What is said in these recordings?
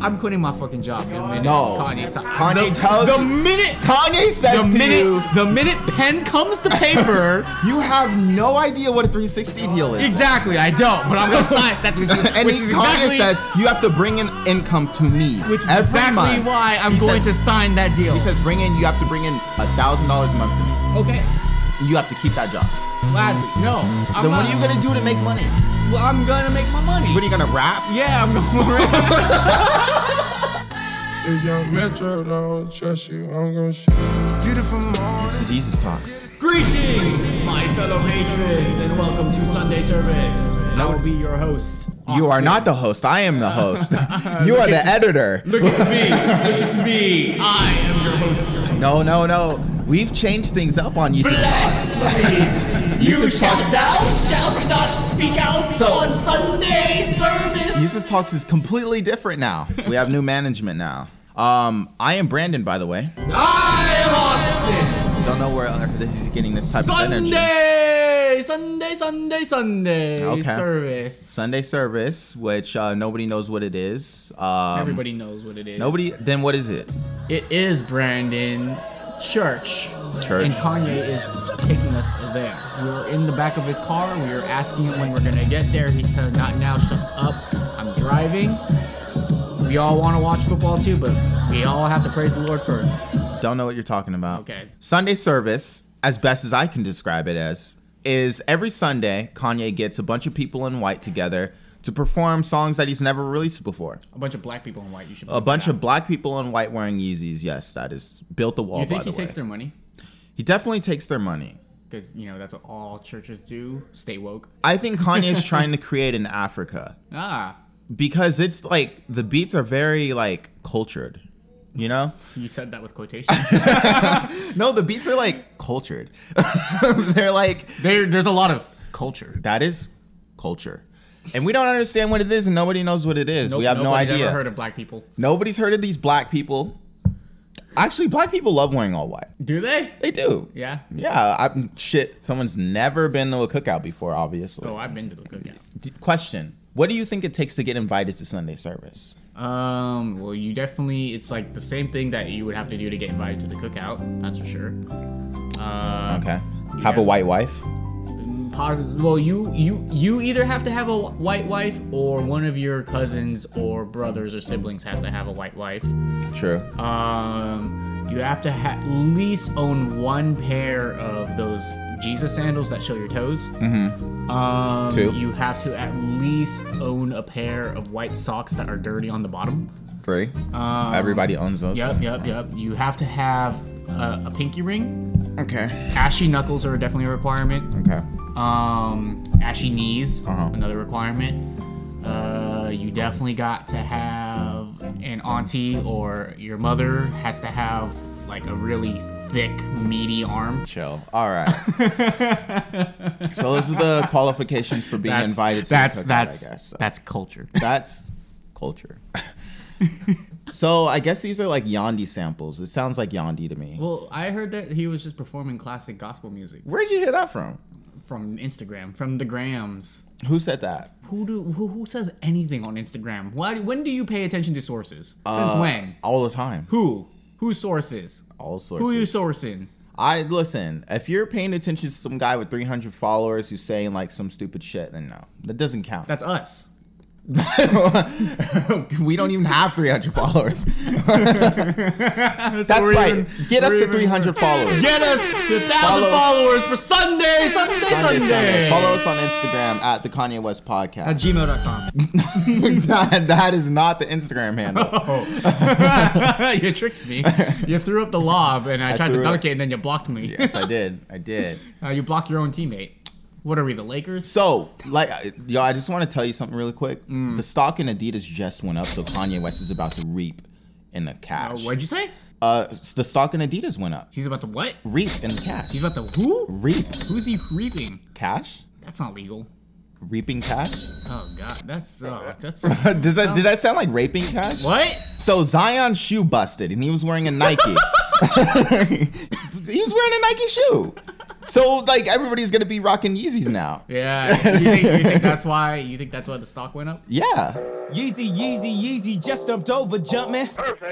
I'm quitting my fucking job. The minute No. Kanye, si- Kanye the, tells the you- minute Kanye says the to minute you, the minute pen comes to paper. you have no idea what a 360 deal is. exactly, I don't, but I'm gonna sign. That's what you. And which he- is Kanye exactly, says you have to bring in income to me which is every exactly month. why I'm He going says- to sign that deal. He says bring in. You have to bring in a thousand dollars a month to me. okay, And you have to keep that job. gladly. No, I'm then not, what are you gonna do to make money? Well, I'm gonna make my money. What are you gonna rap? yeah, I'm gonna. If young Metro don't trust you, I'm gonna shoot you. Beautiful morning. This is Jesus Socks. Greetings, my fellow patrons, and welcome to Sunday Service. I will be your host. You are Austin. not the host. I am the host. you are the editor. Look, it's me. Look, it's me. I am your host. No, no, no. We've changed things up on Jesus Socks. me. You Jesus shall- Christ. thou shalt not speak out So- on Sunday Service. Jesus Talks is completely different now. We have new management now. Um, I am Brandon, by the way. I am Don't know where on earth he's getting this type Austin. of energy. Sunday, Sunday, Sunday, Sunday Okay. Service. Sunday service, which uh, nobody knows what it is. Um, Everybody knows what it is. Nobody. Then what is it? It is Brandon Church. Church. And Kanye is taking us there. We were in the back of his car. We were asking him when we're gonna get there. He said, "Not now. Shut up. I'm driving." We all want to watch football too, but we all have to praise the Lord first. Don't know what you're talking about. Okay. Sunday service, as best as I can describe it as, is every Sunday Kanye gets a bunch of people in white together to perform songs that he's never released before. A bunch of black people in white. You should. A bunch of black people in white wearing Yeezys. Yes, that is built the wall. You think Oh, by he the way. takes their money? he definitely takes their money. Because you know that's what all churches do. Stay woke. I think Kanye's trying to create an Africa Ah, because it's like the beats are very like cultured, you know? you said that with quotations. No, the beats are like cultured. They're like there, there's a lot of culture. that is culture. And we don't understand what it is and nobody knows what it is. we Nope, have no nobody's idea. Ever heard of black people? Nobody's heard of these black people. Actually, black people love wearing all white. Do they? They do. Yeah. Yeah, I'm shit. Someone's never been to a cookout before, obviously. Oh, I've been to the cookout. D- question: What do you think it takes to get invited to Sunday service? Um, well, you definitely, it's like the same thing that you would have to do to get invited to the cookout, that's for sure. Okay. Have Um, a yeah. white wife. Pos- well, you, you, you either have to have a wh- white wife or one of your cousins or brothers or siblings has to have a white wife. True. Um, you have to ha- at least own one pair of those Jesus sandals that show your toes. Um, Two. You have to at least own a pair of white socks that are dirty on the bottom. Three. um, Everybody owns those. Yep, yep, yep. You have to have a, a pinky ring. Okay. Ashy knuckles are definitely a requirement. Okay. Um, ashy knees, another requirement. Uh, you definitely got to have an auntie or your mother has to have like a really thick, meaty arm. Chill. All right. so those are the qualifications for being That's invited. To that's the cookout, that's I guess. So that's culture. that's culture. so I guess these are like Yandi samples. It sounds like Yandi to me. Well, I heard that he was just performing classic gospel music Where'd you hear that from? from Instagram, from the Grams. Who said that? Who do who, who says anything on Instagram? Why? When do you pay attention to sources? Since Uh, when? All the time. Who? Who sources? All sources. Who you sourcing? I listen. If you're paying attention to some guy with 300 followers who's saying like some stupid shit, then no, that doesn't count. That's us. we don't even have 300 followers. That's, That's right. Get us to 300 followers. Get us to thousand Follow- followers for Sunday, Sunday, Sunday. Follow us on Instagram at the Kanye West At podcast. gmail.com. that, that is not the Instagram handle. you tricked me. You threw up the lob, and I, tried threw to it dunk up. it, and then you blocked me. yes, I did. I did. Uh, you blocked your own teammate. What are we, the Lakers? So, like, I- yo, I just want to tell you something really quick. Mm. The stock in Adidas just went up, so Kanye West is about to reap in the Uh, cash. what'd you say? Uh, s- the stock in Adidas went up. He's about to what? Reap in the cash. He's about to who? Reap Who's he reaping? cash. That's not legal. Reaping cash. Oh God, that's uh, that's Does that did that sound like raping cash? what? So Zion's shoe busted, and he was wearing a Nike. he was wearing a Nike shoe. So like everybody's gonna be rocking Yeezys now. Yeah. You think, you think that's why? You think that's why the stock went up? Yeah. Yeezy, Yeezy, Yeezy just jumped over, jumpman.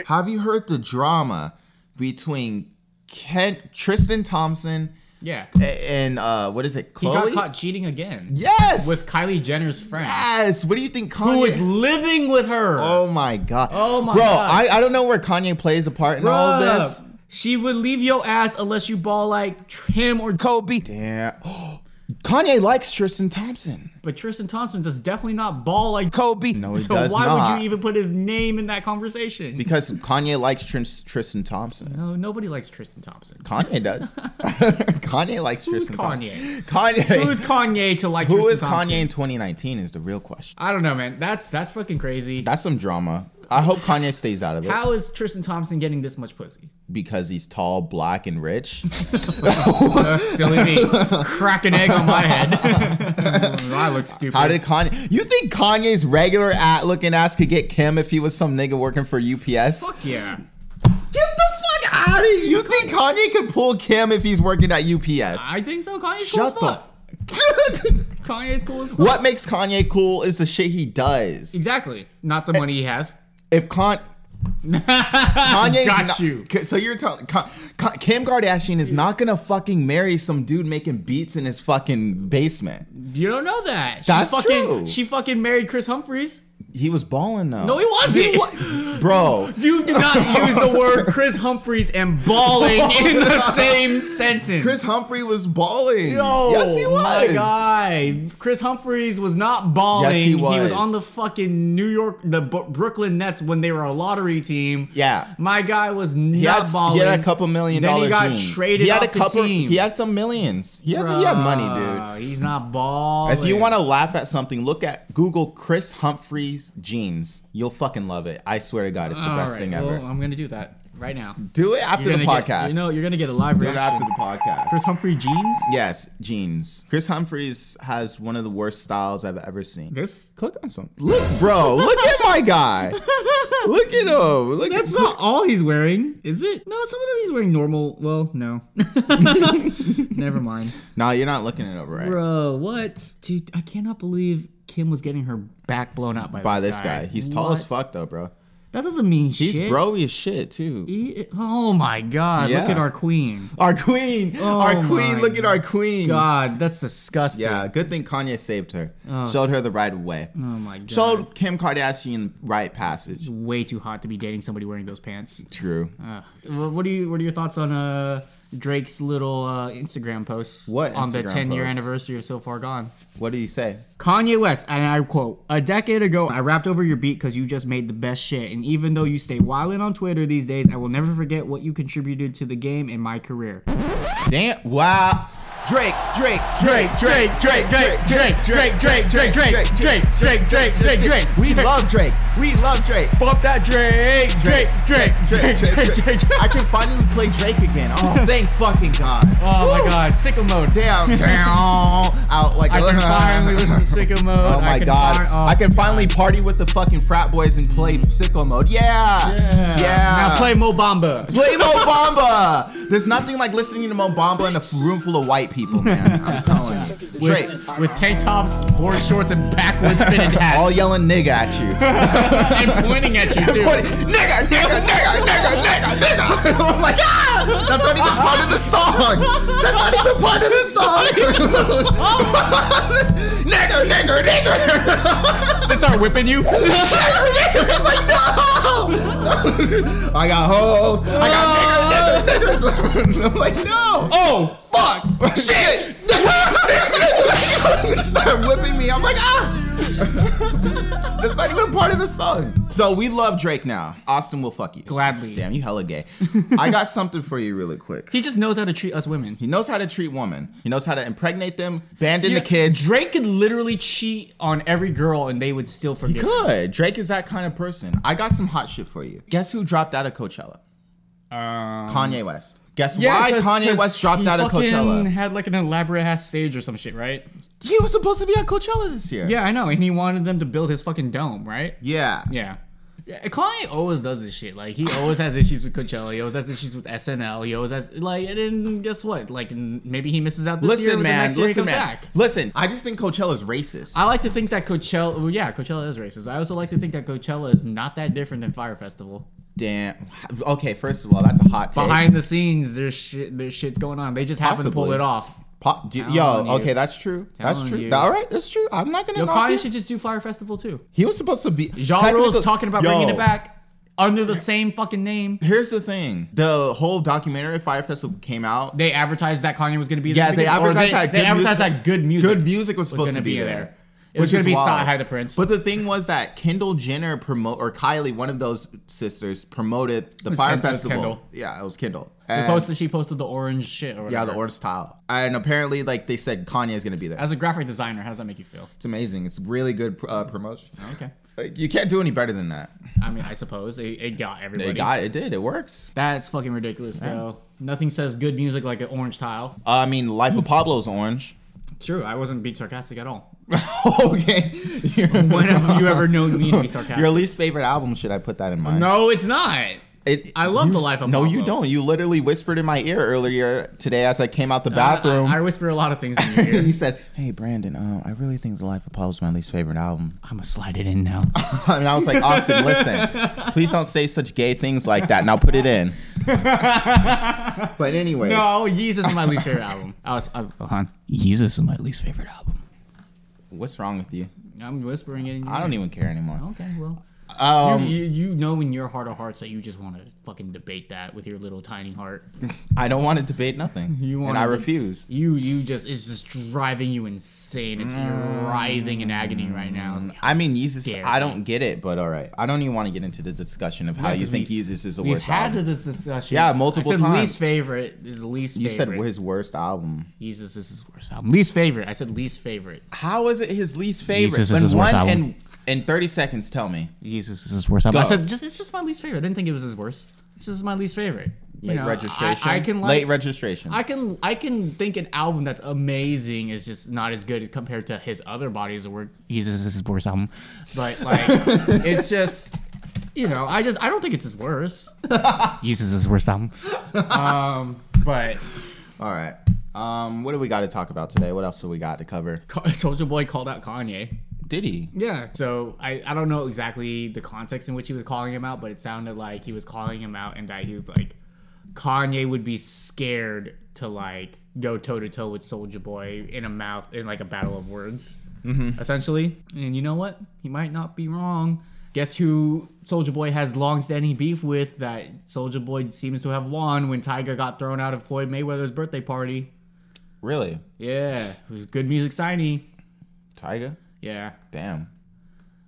Have you heard the drama between Kent Tristan Thompson Yeah. a- and uh what is it? He Chloe? got caught cheating again Yes. with Kylie Jenner's friend, yes. What do you think Kanye? who is living with her. Oh my god. Oh my Bro, God. I, I don't know where Kanye plays a part in all Bruh. this. She would leave your ass unless you ball like him or. Kobe. Yeah. Kanye likes Tristan Thompson. But Tristan Thompson does definitely not ball like. Kobe. No, he So does why would not. you even put his name in that conversation? Because Kanye likes Tris- Tristan Thompson. no, nobody likes Tristan Thompson. Kanye does. Kanye likes Who's Tristan Kanye? Thompson. Kanye. Who is Kanye to like? Who Tristan is Thompson? Kanye in 2019 is the real question. I don't know, man. That's that's fucking crazy. That's some drama. I hope Kanye stays out of it How is Tristan Thompson getting this much pussy? because he's tall, black, and rich. Uh, silly me. Crack an egg on my head. I look stupid. How did Kanye? You think Kanye's regular at looking ass could get Kim if he was some nigga working for UPS? Fuck yeah. Get the fuck out of here! You think Kanye could pull Kim if he's working at UPS? I think so. Kanye's Shut cool the. as fuck. Kanye's cool as fuck. what makes Kanye cool is the shit he does. Exactly. Not Eh. the money he has. If Con. Kanye's Got not- you. K- So you're telling Ka- Ka- Kim Kardashian is not gonna fucking marry some dude making beats in his fucking basement. You don't know that. She That's fucking true. she fucking married Chris Humphries. He was balling though. No, he wasn't. bro. You did not use the word Chris Humphries and balling in the same sentence. Chris Humphrey was balling. Yo, oh yes, he was. My guy, Chris Humphries was not balling. Yes, he was. on the fucking New York, the B- Brooklyn Nets when they were a lottery team. Yeah. my guy was not He, has- balling. he had a couple million then dollar he got jeans. traded. He had off a couple. The team. He had some millions. He had, he had money, dude. Bruh, He's not balling. If you want to laugh at something, look at Google Chris Humphreys jeans. You'll fucking love it. I swear to God, it's the best thing ever. Well, I'm gonna do that right now. Do it after You're the gonna get- podcast. you know, you're gonna get a live Do it reaction. after the podcast. Chris Humphrey jeans. yes, jeans. Chris Humphreys has one of the worst styles I've ever seen. This. Click on some. Look, bro. look at my guy. Look at him. Look That's at not all he's wearing, is it? No, some of them he's wearing normal. Well, no. Never mind. No, you're not looking it over right. Bro, what? Dude, I cannot believe Kim was getting her back blown out by, By this guy. He's tall as What? fuck though, bro. That doesn't mean He's shit. broy as shit too. He- oh my god, look Yeah. at our queen. Our queen, our Oh queen. my Look at our queen. God, that's disgusting. Yeah, good thing Kanye saved her. Showed her the right way. Oh my god. Showed Kim Kardashian right passage. way too hot to be dating somebody wearing those pants. True. Ugh. Well, what do you what are your thoughts on uh Drake's little uh, Instagram post What on the Instagram 10 year post? anniversary of So Far Gone? What do you say? Kanye West, and I quote, a decade ago, I rapped over your beat because you just made the best shit. And even though you stay wildin' on Twitter these days, I will never forget what you contributed to the game and my career. Damn! Wow. Drake, Drake, Drake, Drake, Drake, Drake, Drake, Drake, Drake, Drake, Drake, Drake, Drake, Drake, Drake, Drake. We love Drake. We love Drake. Bump that Drake, Drake, Drake, Drake, Drake, Drake. I can finally play Drake again. Oh, thank fucking God. Oh Woo. my god, sicko mode. Damn, damn. Out like I can finally listen to sicko mode. Oh my I can god. fi- oh I can my finally party with the fucking frat boys and play sicko mode. Yeah. Yeah. God. uh, Now play Mo Bamba. Play Mo Bamba. There's nothing like listening to Mo Bamba in a room full of white people, man. I'm telling you. Drake, Oh, With tank tops, board shorts, and backwards fitted hats. all yelling nigga at you. and pointing at you too. Pointing, nigga, nigga, nigga, nigga, nigga, nigga. I'm like, ah! That's not even part of the song. That's not even part of the song. nigga, nigga, nigga. They start whipping you. I'm like, no! I got hoes. I got niggas, niggas, niggas. I'm like, no. oh, fuck. Shit. Start whipping me. I'm like, ah. That's not even part of the song. So we love Drake now. Austin will fuck you. gladly. Damn, you hella gay. I got something for you really quick. He just knows how to treat us women. He knows how to treat women. He knows how to impregnate them, abandon the Yeah, kids. Drake could literally cheat on every girl and they would still forgive. him. Good. Drake is that kind of person. I got some hot shit for you. Guess who dropped out of Coachella? Kanye West. Guess why Um, 'cause- Kanye 'cause West dropped he out of fucking Coachella? Had like an elaborate ass stage or some shit, right? He was supposed to be at Coachella this year. Yeah, I know. And he wanted them to build his fucking dome, right? Yeah. Yeah. Yeah, Kanye always does this shit. Like he always has issues with Coachella. He always has issues with SNL. He always has like. And then guess what? Like n- maybe he misses out this Listen, year. but The man. next year he Listen, comes man. back. Listen. I just think Coachella's racist. I like to think that Coachella. Well, yeah, Coachella is racist. I also like to think that Coachella is not that different than Fire Festival. Damn. Okay, first of all, that's a hot take. Behind the scenes, there's shit. There's shit's going on. They just happen to pull Possibly. it off. Pop, do, Telling yo, you. okay, that's true. that's Telling true. you. All right, that's true. I'm not gonna. Yo, knock Kanye it. should just do Fire Festival too. He was supposed to be. Ja Rule's technical- talking about Yo, bringing it back under the same fucking name. Here's the thing: the whole documentary Fire Festival came out. They advertised that Kanye was going to be there. Yeah, at the they beginning, or advertised that they good advertised music- that good music. Good music was supposed to gonna be, be there. there. It was which gonna be is wild. Sci High the Prince. But the thing was that Kendall Jenner promote or Kylie, one of those sisters, promoted the was Fire Ken- it was Festival. Kendall. Yeah, it was Kendall. They And- posted, she posted the orange shit. Or yeah, whatever. the orange tile. And apparently, like they said, Kanye is gonna be there. As a graphic designer, how does that make you feel? it's amazing. It's really good uh, promotion. Okay. Uh, You can't do any better than that. I mean, I suppose it, it got It everybody. got it. Did it works? That's fucking ridiculous, though. Nothing says good music like an orange tile. Uh, I mean, Life of Pablo's orange. True, I wasn't being sarcastic at all. okay. When have you ever known me to be sarcastic? Your least favorite album? Should I put that in mind? no, it's not. It, I love you The s- Life of No, Pablo. you don't. You literally whispered in my ear earlier today as I came out the bathroom. Uh, I, I whisper a lot of things in your you ear. said, "Hey, Brandon, um, I really think The Life of Pablo is my least favorite album." I'm gonna slide it in now. and I was like, "Austin, listen, please don't say such gay things like that. Now put it in." but anyways, No, Jesus is my least favorite album. I was, I, oh, hon. Jesus is my least favorite album. what's wrong with you? I'm whispering it in your I don't ear. even care anymore. Okay, well. Um, you, you, you know in your heart of hearts that you just want to fucking debate that with your little tiny heart. I don't want to debate nothing, You and wanna I de- refuse. You you just it's just driving you insane. It's Mm. you're writhing in agony right now. It's like, I mean, Yeezus, Dare I me. don't get it, but all right. I don't even want to get into the discussion of how Yeah, you 'cause think we- Yeezus is the We've worst had album. to this discussion. Yeah, multiple I said times. Least favorite is least You said favorite. his worst album. Jesus is his worst album. Least favorite. I said least favorite. How is it his least favorite? Yeezus is When his worst one album. in in thirty seconds, tell me. Jesus is his worst album. Go. I said just it's just my least favorite. I didn't think it was his worst. It's just my least favorite. You Late know, I- registration. I, can like late registration. I can I can think an album that's amazing is just not as good compared to his other bodies of work. Jesus is his worst album, but like it's just you know I just I don't think it's his worst. Jesus is his worst album. Um, but All right. Um, what do we got to talk about today? What else do we got to cover? Soldier Boy called out Kanye. Did he? Yeah. So I, I don't know exactly the context in which he was calling him out, but it sounded like he was calling him out and that he was like Kanye would be scared to like go toe to toe with Soldier Boy in a mouth in like a battle of words, essentially. And you know what? He might not be wrong. Guess who Soldier Boy has long-standing beef with that Soldier Boy seems to have won when Tiger got thrown out of Floyd Mayweather's birthday party. Really? Yeah, it was good music signing. Tyga? Yeah, Damn.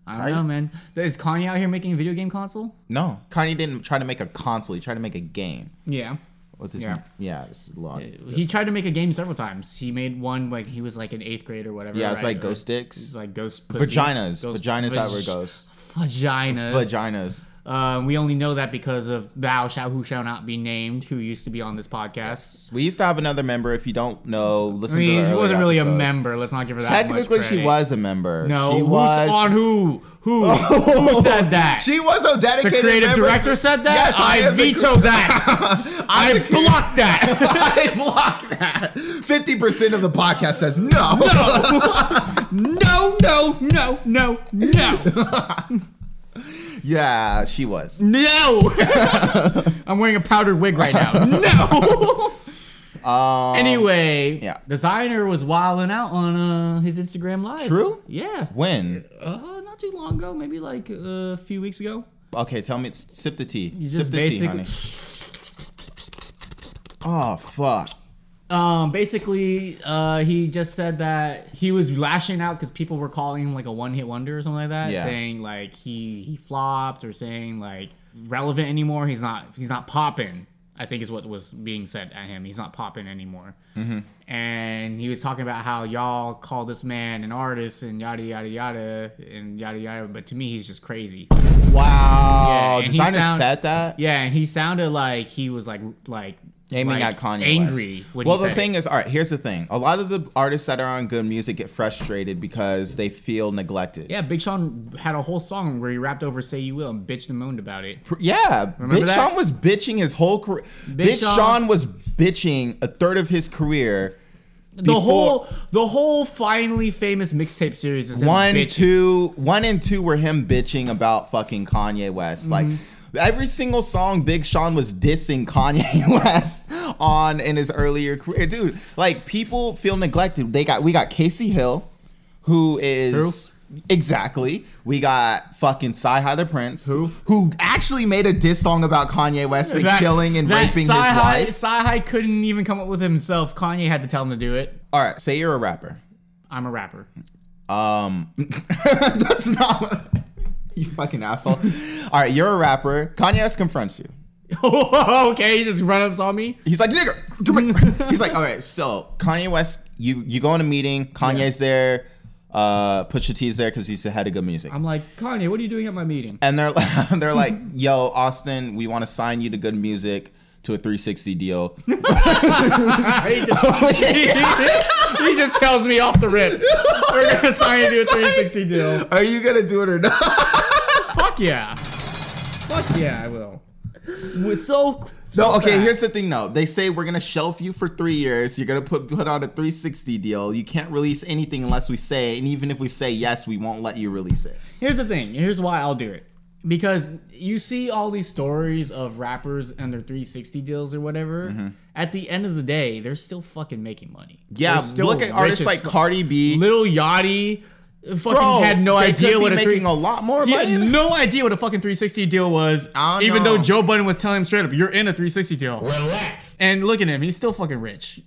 I don't know, man. Is Kanye out here making a video game console? No, Kanye didn't try to make a console. He tried to make a game Yeah. with his. Yeah. Yeah, it's a lot. He tried to make a game several times. He made one like he was like in eighth grade or whatever. Yeah, it's right? like Or ghost it's dicks, like ghost pussies. vaginas, Ghost- vaginas that vag- were ghosts, Vaginas. vaginas. Um, we only know that because of thou shall who shall not be named, who used to be on this podcast. We used to have another member. If you don't know, I listen mean, to. the she early wasn't really a episodes. member. Let's not give her that. much Technically, she credit. was a member. No, she who's was on who? Who? who said that? She was a the dedicated. creative member. director said that. Yes, I, I, am the veto that. I blocked that. I block that. Fifty percent of the podcast says no. No, no, no, no, no, Yeah, she was. no. I'm wearing a powdered wig right now. No. anyway, Um, yeah. designer was wilding out on uh, his Instagram live. True? Yeah. When? Uh, not too long ago, maybe like uh, a few weeks ago. Okay, tell me. Sip the tea. He's Sip just the basically, tea, honey. Oh fuck. um, basically, uh, he just said that he was lashing out because people were calling him like a one-hit wonder or something like that, Yeah. saying like he he flopped or saying like relevant anymore. He's not he's not popping. I think is what was being said at him. He's not popping anymore. Mm-hmm. And he was talking about how y'all call this man an artist and yada yada yada and yada yada. But to me, he's just crazy. Wow. and he Designer sound- said that. Yeah, and he sounded like he was like like aiming like, at Kanye. angry West. when well, he the sang. thing is, all right. Here's the thing: a lot of the artists that are on good music get frustrated because they feel neglected. Yeah, Big Sean had a whole song where he rapped over "Say You Will" and bitched and moaned about it. Pr- Yeah, Remember Big that? Sean was bitching his whole career. Big, Sean- Sean, was bitching a third of his career. The whole, the whole finally famous mixtape series is him one, bitching. two, one and two were him bitching about fucking Kanye West. Mm-hmm. Like every single song, Big Sean was dissing Kanye West on in his earlier career, dude. Like people feel neglected. They got we got Casey Hill, who is. Exactly. We got fucking Psy High the Prince, Who? who actually made a diss song about Kanye West and That- killing and that raping his Sci-Hi- wife. Sci-Hi couldn't even come up with it himself. Kanye had to tell him to do it. All right, say you're a rapper. I'm a rapper. That's not. you fucking asshole. All right, you're a rapper. Kanye West confronts you. okay, he just run ups on me. He's like, nigga, come here. He's like, all right, so Kanye West, you you go in a meeting. Kanye's there. Uh, Pusha T's there because he's the head of good music. I'm like, Kanye, what are you doing at my meeting? and they're they're like, yo, Austin, we want to sign you to good music to a 360 deal. he, just, he just tells me off the rip. We're gonna sign you to a 360 deal. Are you gonna do it or not? Fuck yeah. Fuck yeah, I will. We're so. No, okay. bad. Here's the thing, though. They say we're gonna shelf you for three years. You're gonna put put out a 360 deal. You can't release anything unless we say, and even if we say yes, we won't let you release it. Here's the thing. Here's why I'll do it. Because you see all these stories of rappers and their 360 deals or whatever. Mm-hmm. At the end of the day, they're still fucking making money. Yeah, They're still look at rich artists as like fuck. Cardi B. Little Yachty. Fucking Bro, had no they idea could be what a making three, a lot more He had money. no idea what a fucking 360 deal was. I don't even know. though Joe Budden was telling him straight up, "You're in a 360 deal." Relax. And look at him; he's still fucking rich,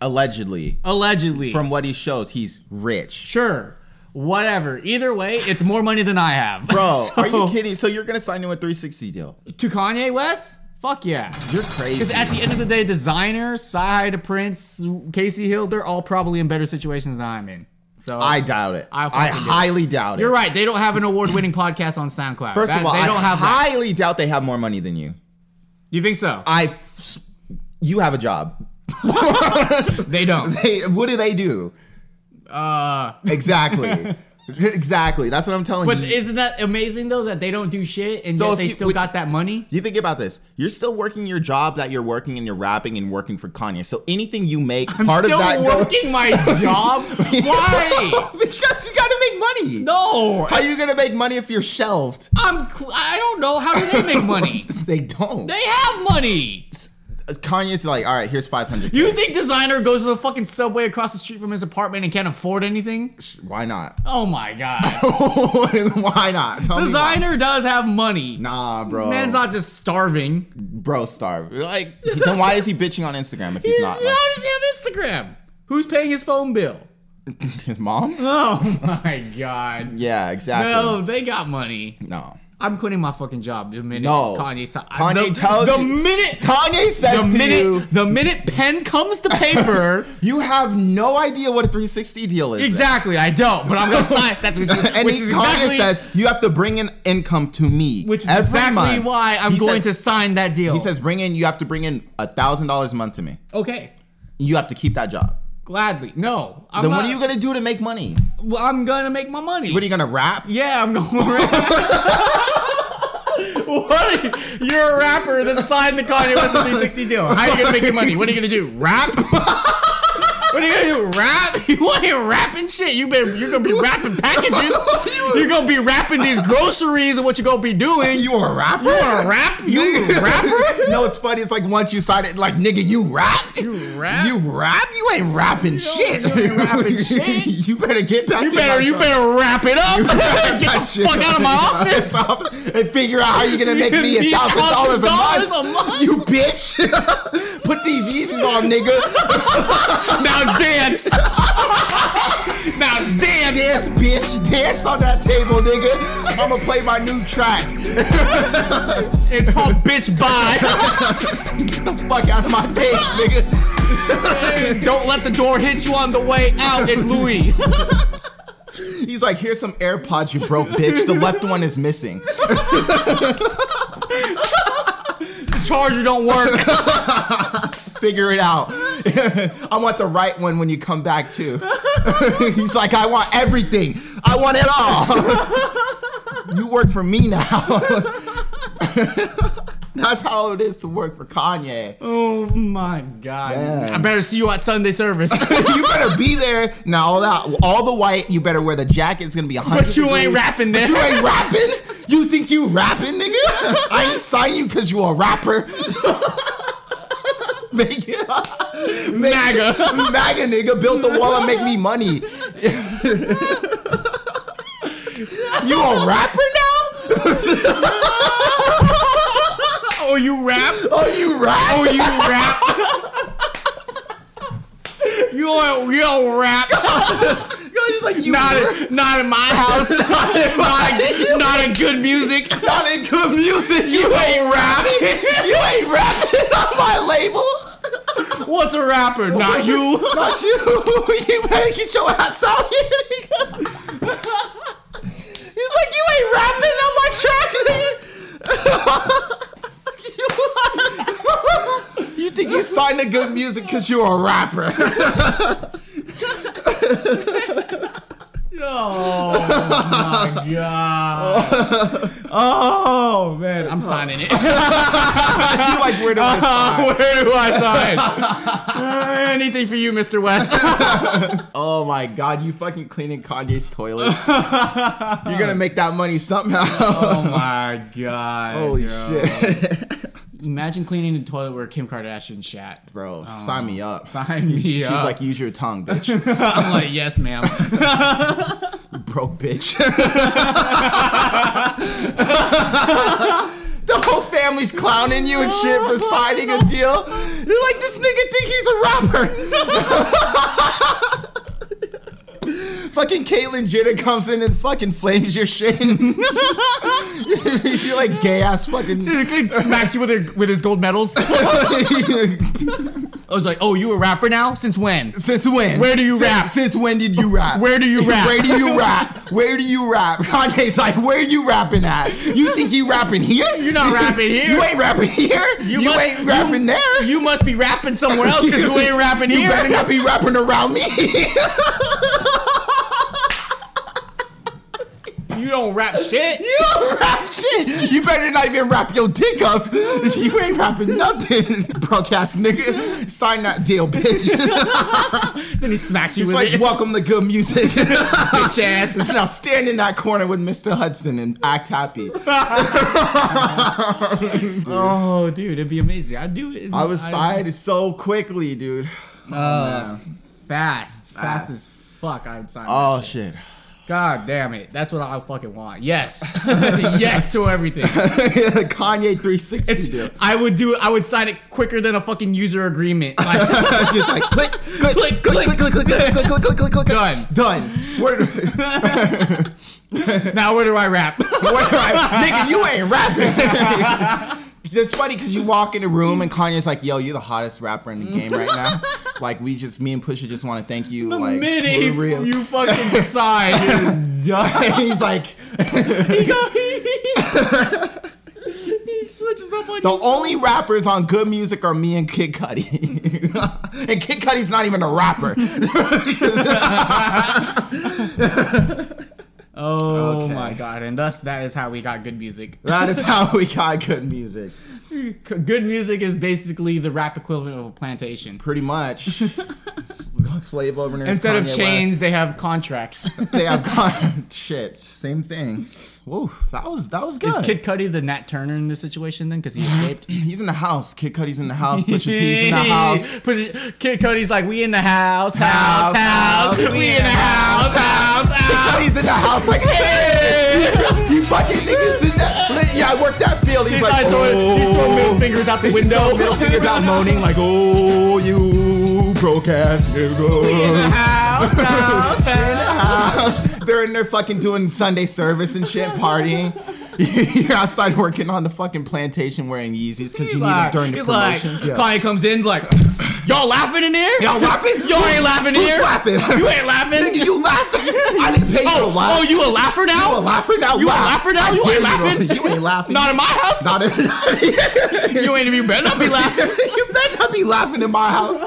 Allegedly, allegedly. from what he shows, he's rich. sure, whatever. Either way, it's more money than I have, Bro, So- are you kidding? So you're gonna sign him a 360 deal? To Kanye West? Fuck yeah. You're crazy. Because at the end of the day, designer, Sci-Hi to Prince, Casey Hill, they're all probably in better situations than I'm in. So I doubt it. I I, fucking do. highly doubt it. You're right. They don't have an award-winning podcast on SoundCloud. First That- of all, they don't I have. that. highly doubt they have more money than you. You think so? I, s- you have a job. they don't. Hey, what do they do? Uh, exactly, exactly. That's what I'm telling But you. isn't that amazing though that they don't do shit and So yet if they you- still would- got that money? you think about this. You're still working your job that you're working and you're rapping and working for Kanye. So anything you make, part still of that goes- working my job. Why? because you got to make money. No, How are you gonna make money if you're shelved? I'm. I don't know. How do they make money? They don't. they have money. Kanye's like, all right, here's 500. You think designer goes to the fucking subway across the street from his apartment and can't afford anything? Why not? Oh my god. why not? Tell me why. designer does have money. Nah, bro. This man's not just starving. Bro, starve. Like, then why is he bitching on Instagram if he's, He's, not? how like- does he have Instagram? Who's paying his phone bill? his mom? Oh my god. Yeah, exactly. No, they got money. no. I'm quitting my fucking job the minute No. Kanye si- Kanye the, tells the you- minute Kanye says the to minute you, the minute pen comes to paper. you have no idea what a 360 deal is. exactly, I don't, but I'm gonna sign. That's what you, And which he, is Kanye exactly says you have to bring in income to me, which is every exactly month." why I'm He going says- to sign that deal. He says, bring in. You have to bring in a thousand dollars a month to me. okay, You have to keep that job. gladly. No, I'm Then not, what are you gonna do to make money? Well, I'm gonna make my money. What are you gonna rap? yeah, I'm going. what? are you- You're a rapper that signed the Kanye West 360 deal. How are you gonna make your money? What are you gonna do? Rap? what are you gonna do? Rap? You want to rapping shit? You been you're gonna be rapping packages. You're gonna be rapping these groceries and what you gonna be doing. You a rapper? You wanna rap? You Nigga. rapper? No, it's funny. It's like once you sign it, like nigga, you rap. You rap? You rap? You ain't rapping shit. you ain't rapping shit. you better get back. You in better my you job. better wrap it up. Wrap Get that the shit fuck out of my office. and figure out how you're gonna make me a Need thousand dollars a $1,000 a month. month. You bitch! Put these Yeezys on, nigga. Now dance. now dance. Dance, bitch. Dance on that table, nigga. I'ma play my new track. It's called bitch bye. Get the fuck out of my face, nigga. Don't let the door hit you on the way out. It's Louis. He's like, here's some AirPods you broke, bitch. The left one is missing. The charger don't work. Figure it out. I want the right one when you come back too. He's like, I want everything. I want it all. you work for me now. That's how it is to work for Kanye. Oh my god. Man. I better see you at Sunday service. you better be there. Now all that, all the white. You better wear the jacket. It's gonna be a hundred. But you ain't degrees. rapping But there. You ain't rapping. You think you rapping, nigga? I ain't sign you because you a rapper. Make it. MAGA. MAGA nigga built the wall and make me money. you a rapper now? Oh, you rap? Oh, you rap? Oh, you rap? you don't, you don't rap. He's like, you Not, rap? not in my house. not, in my, not in good music. not in good music. You You ain't rapping. you ain't rapping on my label. What's a rapper? Not you. Not you. You better get your ass out here, nigga. He's like, you ain't rapping on my track, nigga. you think you signed to good music because you're a rapper? Oh my god. Oh man, I'm signing it. you like where do I sign? Where do I sign? Uh, anything for you, Mr. West. Oh my god, you fucking cleaning Kanye's toilet. you're gonna make that money somehow. Oh my god. Holy bro. shit, Imagine cleaning the toilet where Kim Kardashian shat. bro! sign me up. Oh. Sign me She up. was like, use your tongue, bitch. I'm like, yes, ma'am. broke bitch. the whole family's clowning you and shit for signing a deal. You're like, this nigga think he's a rapper. fucking Caitlyn Jenner comes in and fucking flames your shit. she like gay ass fucking. He smacks you with her, with his gold medals. I was like, oh, you a rapper now? Since when? Since when? Where do you since, rap? Since when did you rap? Where do you rap? Where do you rap? Where do you rap? Kanye's like, where you rapping at? You think you rapping here? You're not rapping here. You ain't rapping here. You, must- ain't rapping you- there. You must be rapping somewhere else because you ain't rapping You better here. not be rapping around me. You don't rap shit. you don't rap shit. You better not even wrap your dick up. You ain't rapping nothing, broadcast nigga. Sign that deal, bitch. Then he smacks you It's with like it. welcome to good music. bitch ass. Now stand in that corner with Mr. Hudson and act happy. Oh, dude, it'd be amazing. I'd do it. I was signed so quickly, dude. Uh, fast, fast, as fuck. I would sign. Oh shit. God damn it. That's what I fucking want. Yes. yes to everything. Kanye 360 It's, deal. I would do I would sign it quicker than a fucking user agreement. Like, It's just like click, click, Click, click, click, click, click, click, click, click, click, click, click, click. Done. Done. Where, where do now where do I rap? I, nigga, you ain't rapping. It's funny because you walk in the room and Kanye's like, "Yo, you're the hottest rapper in the game right now." like we just, me and Pusha just want to thank you. The like minute for real. he, you fucking sign, it is done. And he's like, He, go- he- he switches up on the you so- only rappers on good music are me and Kid Cudi, and Kid Cudi's not even a rapper. Oh Okay. my god! And thus, that is how we got good music. That is how we got good music. Good music is basically the rap equivalent of a plantation. Pretty much. Flavor Flav Flav Instead of Kanye chains, they have contracts. West, they have gone shit. Same thing. Whoa, that was that was Is good. Kid Cudi the Nat Turner in this situation then? Because he escaped. He's in the house. Kid Cudi's in the house. Pusha T's in the house. Push- Kid Cudi's like, we in the house, house, House, house. house. We in the house, house, house. Cudi's in the house. Like hey, you fucking niggas in that. Yeah, I worked that field. He's, He's like, like, throwing, he's throwing middle oh. fingers out the He's window. throwing middle fingers out, moaning like, oh, you broke ass nigga. We in the house, house, house. house. They're in there fucking doing Sunday service and shit, partying. You're outside working on the fucking plantation wearing Yeezys because you need them during the he's promotion. like, Kanye comes in like, y'all laughing in here? Y'all laughing? Y'all ain't laughing in Who's here? laughing? You ain't laughing? Nigga, you laughing? I didn't pay you to oh, laugh. oh, you a laugher now? You a laugher now? You a Laugh. laugher now? I You dare ain't laughing? to- You ain't laughing. Not in my house. Not in- you ain't even better not be laughing. you better not be laughing in my house.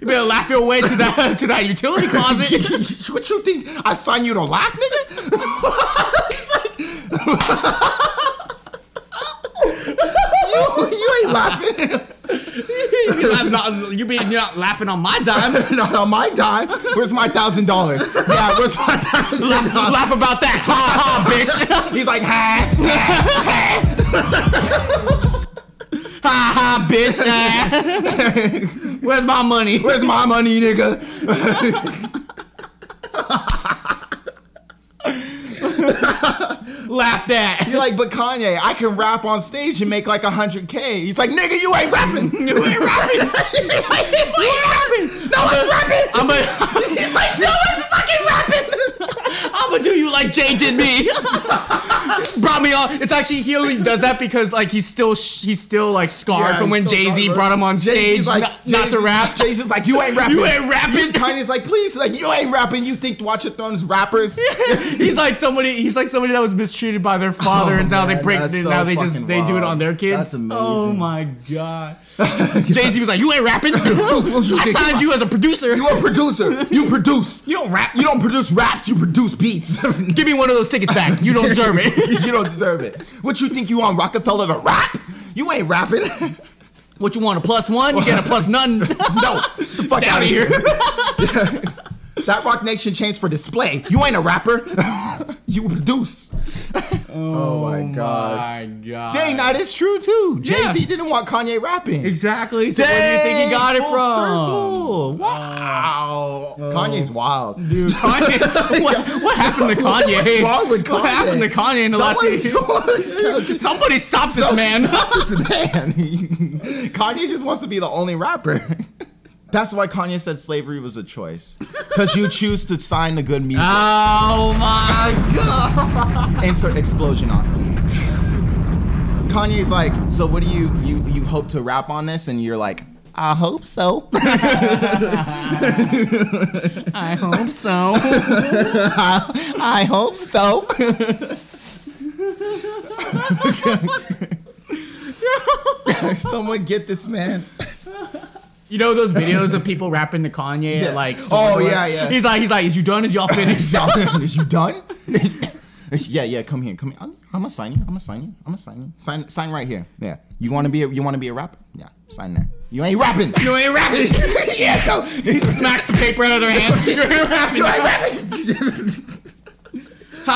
You better laugh your way to that to that utility closet. what you think? I signed you to laugh, nigga? you, you ain't laughing. you, laugh not, you be not laughing on my dime. Not on my dime. Where's my thousand dollars? Yeah, where's my thousand laugh, dollars? laugh about that. Ha ha, bitch. He's like, ha, ha, ha ha, bitch. Ah. Where's my money? where's my money, nigga? Laugh that. You're like, but Kanye, I can rap on stage and make like 100K. He's like, nigga, you ain't rapping. You ain't rapping. You ain't rapping. No one's rapping. I'm a. He's like, no one's fucking rapping. I'ma do you like Jay did me. brought me on. It's actually he only does that because like he's still sh- he's still like scarred Yeah, from he's when still Jay Z scarred. brought him on stage Jay-Z's like, not, not to Jay-Z- rap. Jason's like, you ain't rapping. You ain't rapping. Kanye's like, please, like, you ain't rapping. You think Watch It Thrones rappers? he's like somebody. He's like somebody that was mistreated by their father, and now they Oh, man, break. that's They, so now they just fucking they do it wild. on their kids. That's amazing. Oh my god. Jay Z was like, "You ain't rapping. you I think? signed you as a producer. You a producer. You produce. You don't rap. You don't produce raps. You produce beats. you Give me one of those tickets back. You don't deserve it. don't deserve it. What you think you on Rockefeller to rap? You ain't rapping. What you want? A plus one? You get a plus none. No, get the fuck Down out of here. here. That Rock Nation changed for display. You ain't a rapper. you produce. Oh my God. my god. Dang, that is true too. Jay Yeah. Z didn't want Kanye rapping. Exactly. So where do you think he got it Full from? Oh. circle. Wow. Kanye's wild. Dude, Kanye. what, what happened to Kanye? What's wrong with What Kanye? happened to Kanye in the last Someone- year? someone- Somebody stop this man. This man. Kanye just wants to be the only rapper. That's why Kanye said slavery was a choice. Because you choose to sign the good music. Oh my god. Insert explosion, Austin. Kanye's like, so what do you you you hope to rap on this? And you're like, I hope so. I hope so. I hope so. Someone get this man. You know those videos of people rapping to Kanye Yeah. at like Oh, or- yeah, yeah. He's like he's like, is you done? Is y'all finished? Is you done? yeah, yeah. Come here, come here. I'm, I'm gonna sign you. I'm gonna sign you. I'm gonna sign you. Sign, sign right here. Yeah. You wanna be? A, you wanna be a rapper? Yeah. Sign there. You ain't rapping. you ain't rapping. yeah, no. He smacks the paper out of their hand. You ain't rapping. You ain't rapping. ha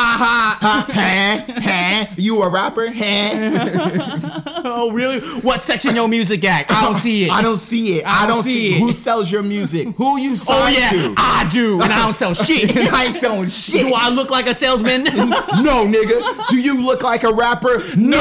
ha ha ha ha. You a rapper? Ha. Oh really? What section your music at? I don't see it. I don't see it. I, don't see it. Who sells your music? Who you sign Oh yeah, to? I do, and I don't sell shit. I ain't selling shit. Do I look like a salesman? No, nigga. Do you look like a rapper? No. no.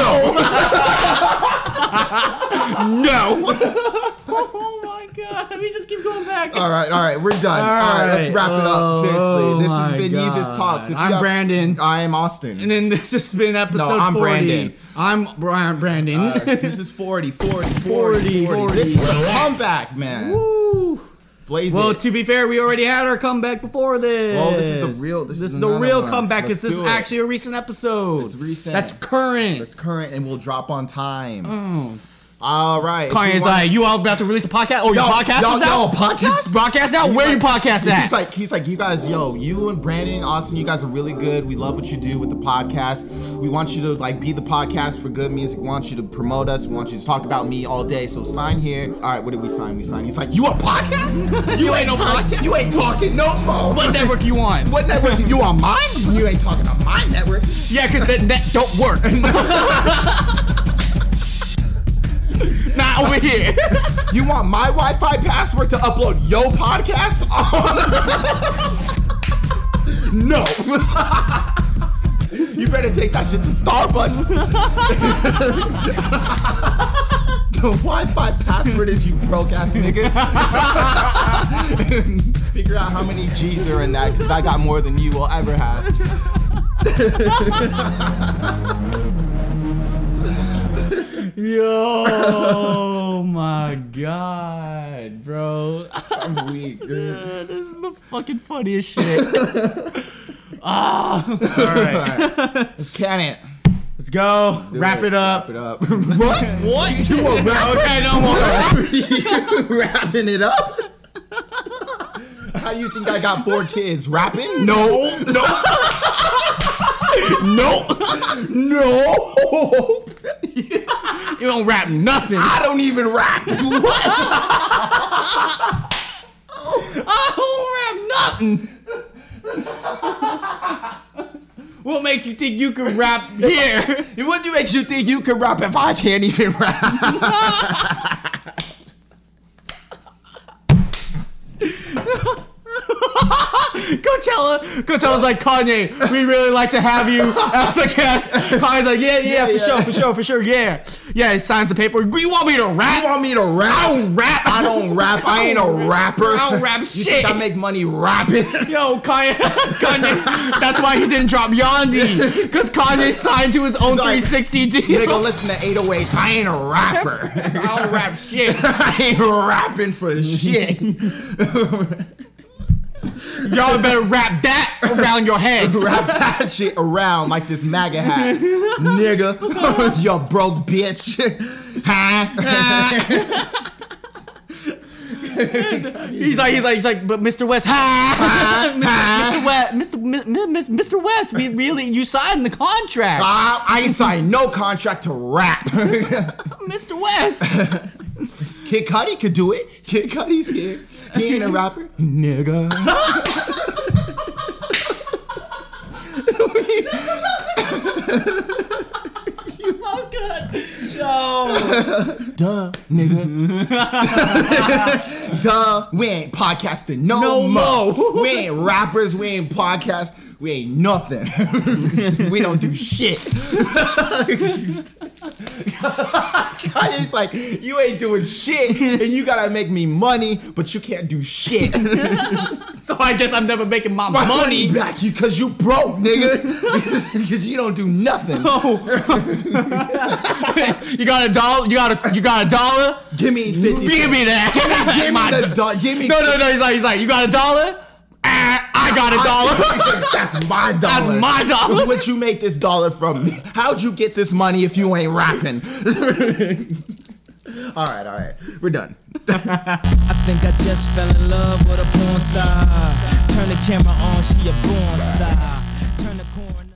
oh my god, we just keep going back. all right, all right. We're done. All right, let's right. wrap it up. Oh Seriously, this my has been God. Jesus Talks. If I'm you have- Brandon. I am Austin. And then this has been episode No, I'm 40. Brandon. I'm Brian Brandon. Uh, this is 40, 40, 40, 40. 40. This is a comeback, man. Woo. Blaze Well, it. to be fair, we already had our comeback before this. Well, this is the real- this is the another real one. comeback. Let's Is this do is it. actually a recent episode? It's recent. That's current. it's current and we'll drop on time. Oh. All right. if you Kanye's want- like, you all about to release a podcast? Oh, your Yo, podcast yo, is out. yo, podcast? Podcast out. Where your podcast at? He's like, he's like, you guys, yo, you and Brandon and Austin, you guys are really good. We love what you do with the podcast. We want you to like be the podcast for good music. We want you to promote us. We want you to talk about me all day. So sign here. All right, what did we sign? We sign. He's like, you a podcast? You ain't no podcast. You ain't talking no more. what network you on? What network? You on mine? You ain't talking on my network. Yeah, because that, that don't work. Not over here. You want my Wi-Fi password to upload your podcast? no. you better take that shit to Starbucks. the Wi-Fi password is you broke ass nigga. Figure out how many G's are in that, because I got more than you will ever have. Yo, my God, bro. I'm weak, dude. Uh, this is the fucking funniest shit. ah, all right. Let's can it. Let's go. Wrap it up. Wrap it up. what? What? You a rapper? okay, no more. you wrapping it up? How do you think I got four kids? Rapping? No, no, no, no. You don't rap nothing. I don't even rap. What? I don't rap nothing. what makes you think you can rap here? What makes you think you can rap if I can't even rap? Coachella. Coachella's like Kanye. We really like to have you as a guest. Kanye's like, yeah, yeah, for sure, for sure, for sure, yeah, yeah. He signs the paper. You want me to rap? You want me to rap? I don't rap. I don't rap. I ain't a rapper. I don't rap You think shit. I make money rapping? Yo, Kanye, Kanye. That's why he didn't drop Yandi, because Kanye signed to his own He's like, 360 deal. Nigga, listen to 808. I ain't a rapper. I don't rap shit. I ain't rapping for shit. Y'all better wrap that around your heads. Wrap that shit around like this MAGA hat, nigga. you broke bitch. Huh? He's like, he's like, he's like, but Mr. West, hi, Mr. West, Mr. Mi- Mi- Mr. West, we really, you signed the contract. I, I ain't signed no contract to rap. Mr. West. Kid Cudi could do it. Kid Cudi's here. He ain't a rapper, nigga. Yo. Duh, nigga. Duh, we ain't podcasting no, No more. mo. we ain't rappers. We ain't podcast. We ain't nothing. we don't do shit. God, it's like you ain't doing shit, and you gotta make me money, but you can't do shit. So I guess I'm never making my My money. back, you because you broke, nigga. Because you don't do nothing. You got a dollar? You got a you got a dollar? Give me fifty. Give me that. Give me My the do- do- Give me No, no, no. He's like, he's like, you got a dollar? Ah, I got a dollar. That's my dollar. my dollar. What you make this dollar from? How'd you get this money if you ain't rapping? all right, all right, we're done. I think I just fell in love with a porn star. Turn the camera on, she a porn star. Turn the corner.